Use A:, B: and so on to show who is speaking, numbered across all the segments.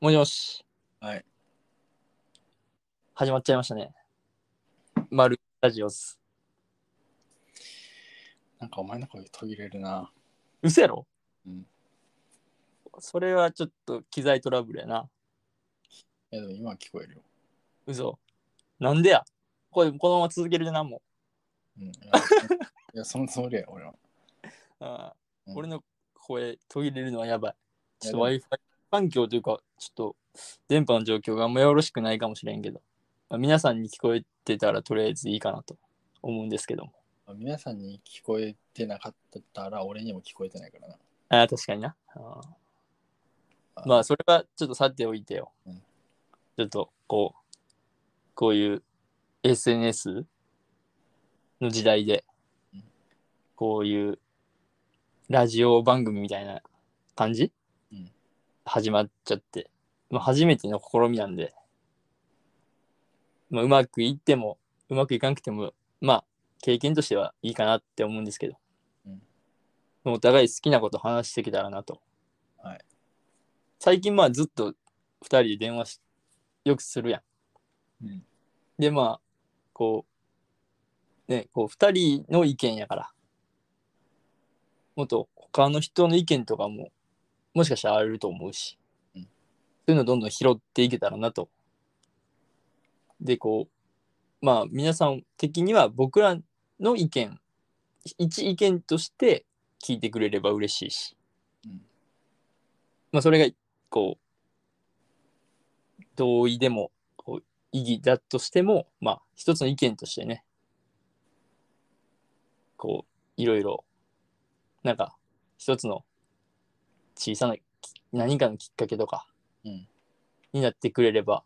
A: もしもし、
B: はい。
A: 始まっちゃいましたね。マルラジオス。
B: なんかお前の声途切れるな。
A: 嘘やろ
B: うん
A: それはちょっと機材トラブルやな。
B: いやでも今は聞こえるよ。
A: 嘘。なんでやこれ、このまま続けるでなんも。
B: うん、いやいや、そのつもりや、俺は。
A: あー
B: うん
A: 俺の声途切れるのはやばい。ちょっ
B: い
A: と Wi-Fi 環境というか、ちょっと電波の状況があんまよろしくないかもしれんけど、まあ皆さんに聞こえてたらとりあえずいいかなと思うんですけども。
B: 皆さんに聞こえてなかったら、俺にも聞こえてないからな。
A: ああ、確かにな。あ
B: あ
A: ーまあ、それはちょっとさておいてよ。
B: うん
A: ちょっと、こう、こういう SNS の時代で
B: うん、
A: こういうラジオ番組みたいな感じ、
B: うん
A: 始まっちゃって、まあ、初めての試みなんで、まあ、うまくいっても、うまくいかなくても、まあ、経験としてはいいかなって思うんですけど、
B: うん
A: お互い好きなこと話してきたらなと。
B: はい
A: 最近まあずっと2人で電話しよくするや
B: うん。
A: ん。でまあこうねこう2人の意見やからもっと他の人の意見とかももしかしたらあると思うし、
B: うん
A: そういうのどんどん拾っていけたらなと。でこうまあ皆さん的には僕らの意見一意見として聞いてくれれば嬉しいし。
B: うん。
A: まあ、それがこう同意でもこう意義だとしても、まあ、一つの意見としてねこういろいろなんか一つの小さなき何かのきっかけとか
B: うん
A: になってくれれば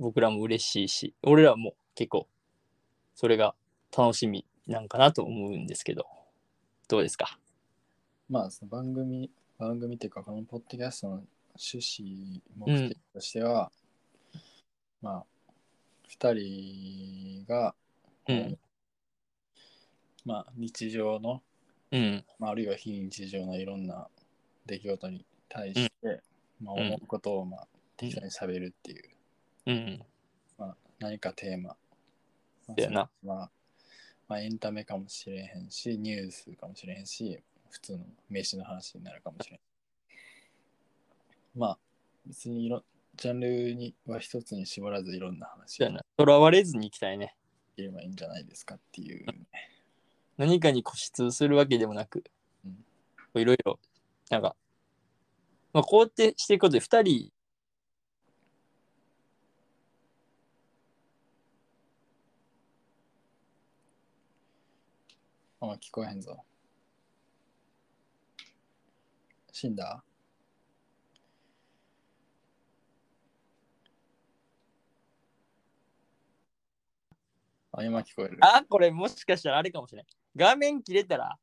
A: 僕らも嬉しいし俺らも結構それが楽しみなんかなと思うんですけどどうですか
B: まあ、その番組、番組っていうか、このポッドキャストの趣旨、
A: うん
B: 目的としては、まあ、二人が、
A: うん
B: まあ、日常の、
A: うん
B: まあ、あるいは非日常のいろんな出来事に対して、まあ、
A: うん
B: 思うことを、まあ、適当に喋るっていう。
A: うん
B: まあ、何かテーマ。まあ
A: だよな。
B: それはまあ、エンタメかもしれへんし、ニュースかもしれへんし、普通の飯の話になるかもしれん。まあ、別にいろ、ジャンルには一つに絞らずいろんな話
A: じゃあ
B: がで
A: なとらわれずにいきたいね
B: きればいいんじゃないですかっていう。
A: 何かに固執するわけでもなく
B: うん
A: こういろいろなんか、まあ、こうやってしていくことで2人
B: あ、聞こえへんぞ。死んだあ、今聞こえる。
A: あこれもしかしたらあれかもしれない画面切れたら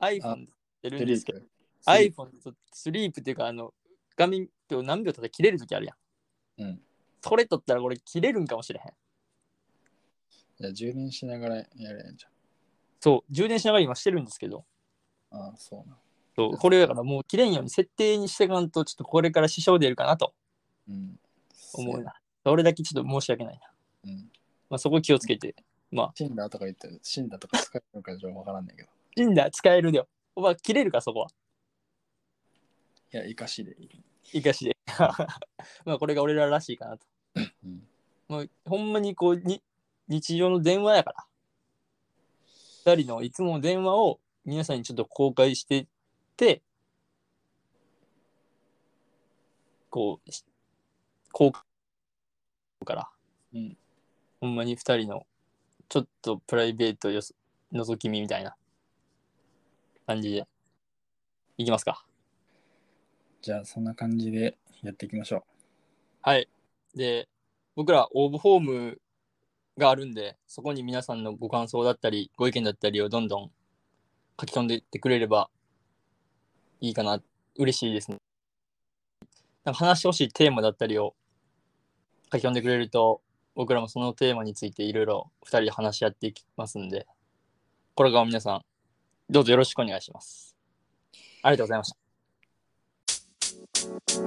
A: iPhone で撮ってるんですけど
B: スリー
A: iPhone で撮ってスリープっていうかあの画面と何秒経ったら切れる時あるやん、
B: うん
A: それ撮ったらこれ切れるんかもしれへん
B: じゃあ充電しながらやれんじ
A: そう充電しながら今してるんですけど
B: ゃん。ああ、そうな。
A: そうこれだからもう切れんように設定にしていかんとちょっとこれから支障出るかなと
B: うん。
A: 思う
B: な。
A: な。それだけちょっと申し訳ないな。
B: うん。
A: まあ、そこ気をつけて。
B: 死んだとか言って、死んだとか使えるのかじゃわからんねんけど。
A: 死んだ使えるでよ。おば切れるかそこは。
B: いや、生かしでいい。
A: いかしで。 まあこれが俺ららしいかなと。
B: うん。
A: もうほんまにこうに日常の電話やから。二人のいつもの電話を皆さんにちょっと公開してって、こう、し公開から、
B: うん
A: ほんまに二人のちょっとプライベートよそ覗き見みたいな感じで、いきますか。
B: じゃあ、そんな感じでやっていきましょ
A: はい。で、僕ら応募フォームがあるんで、そこに皆さんのご感想だったり、ご意見だったりをどんどん書き込んでいってくれればいいかな。嬉しいですね。なんか話してほしいテーマだったりを書き込んでくれると、僕らもそのテーマについていろいろ2人で話し合っていきますんで、これからも皆さん、どうぞよろしくお願いします。ありがとうございました。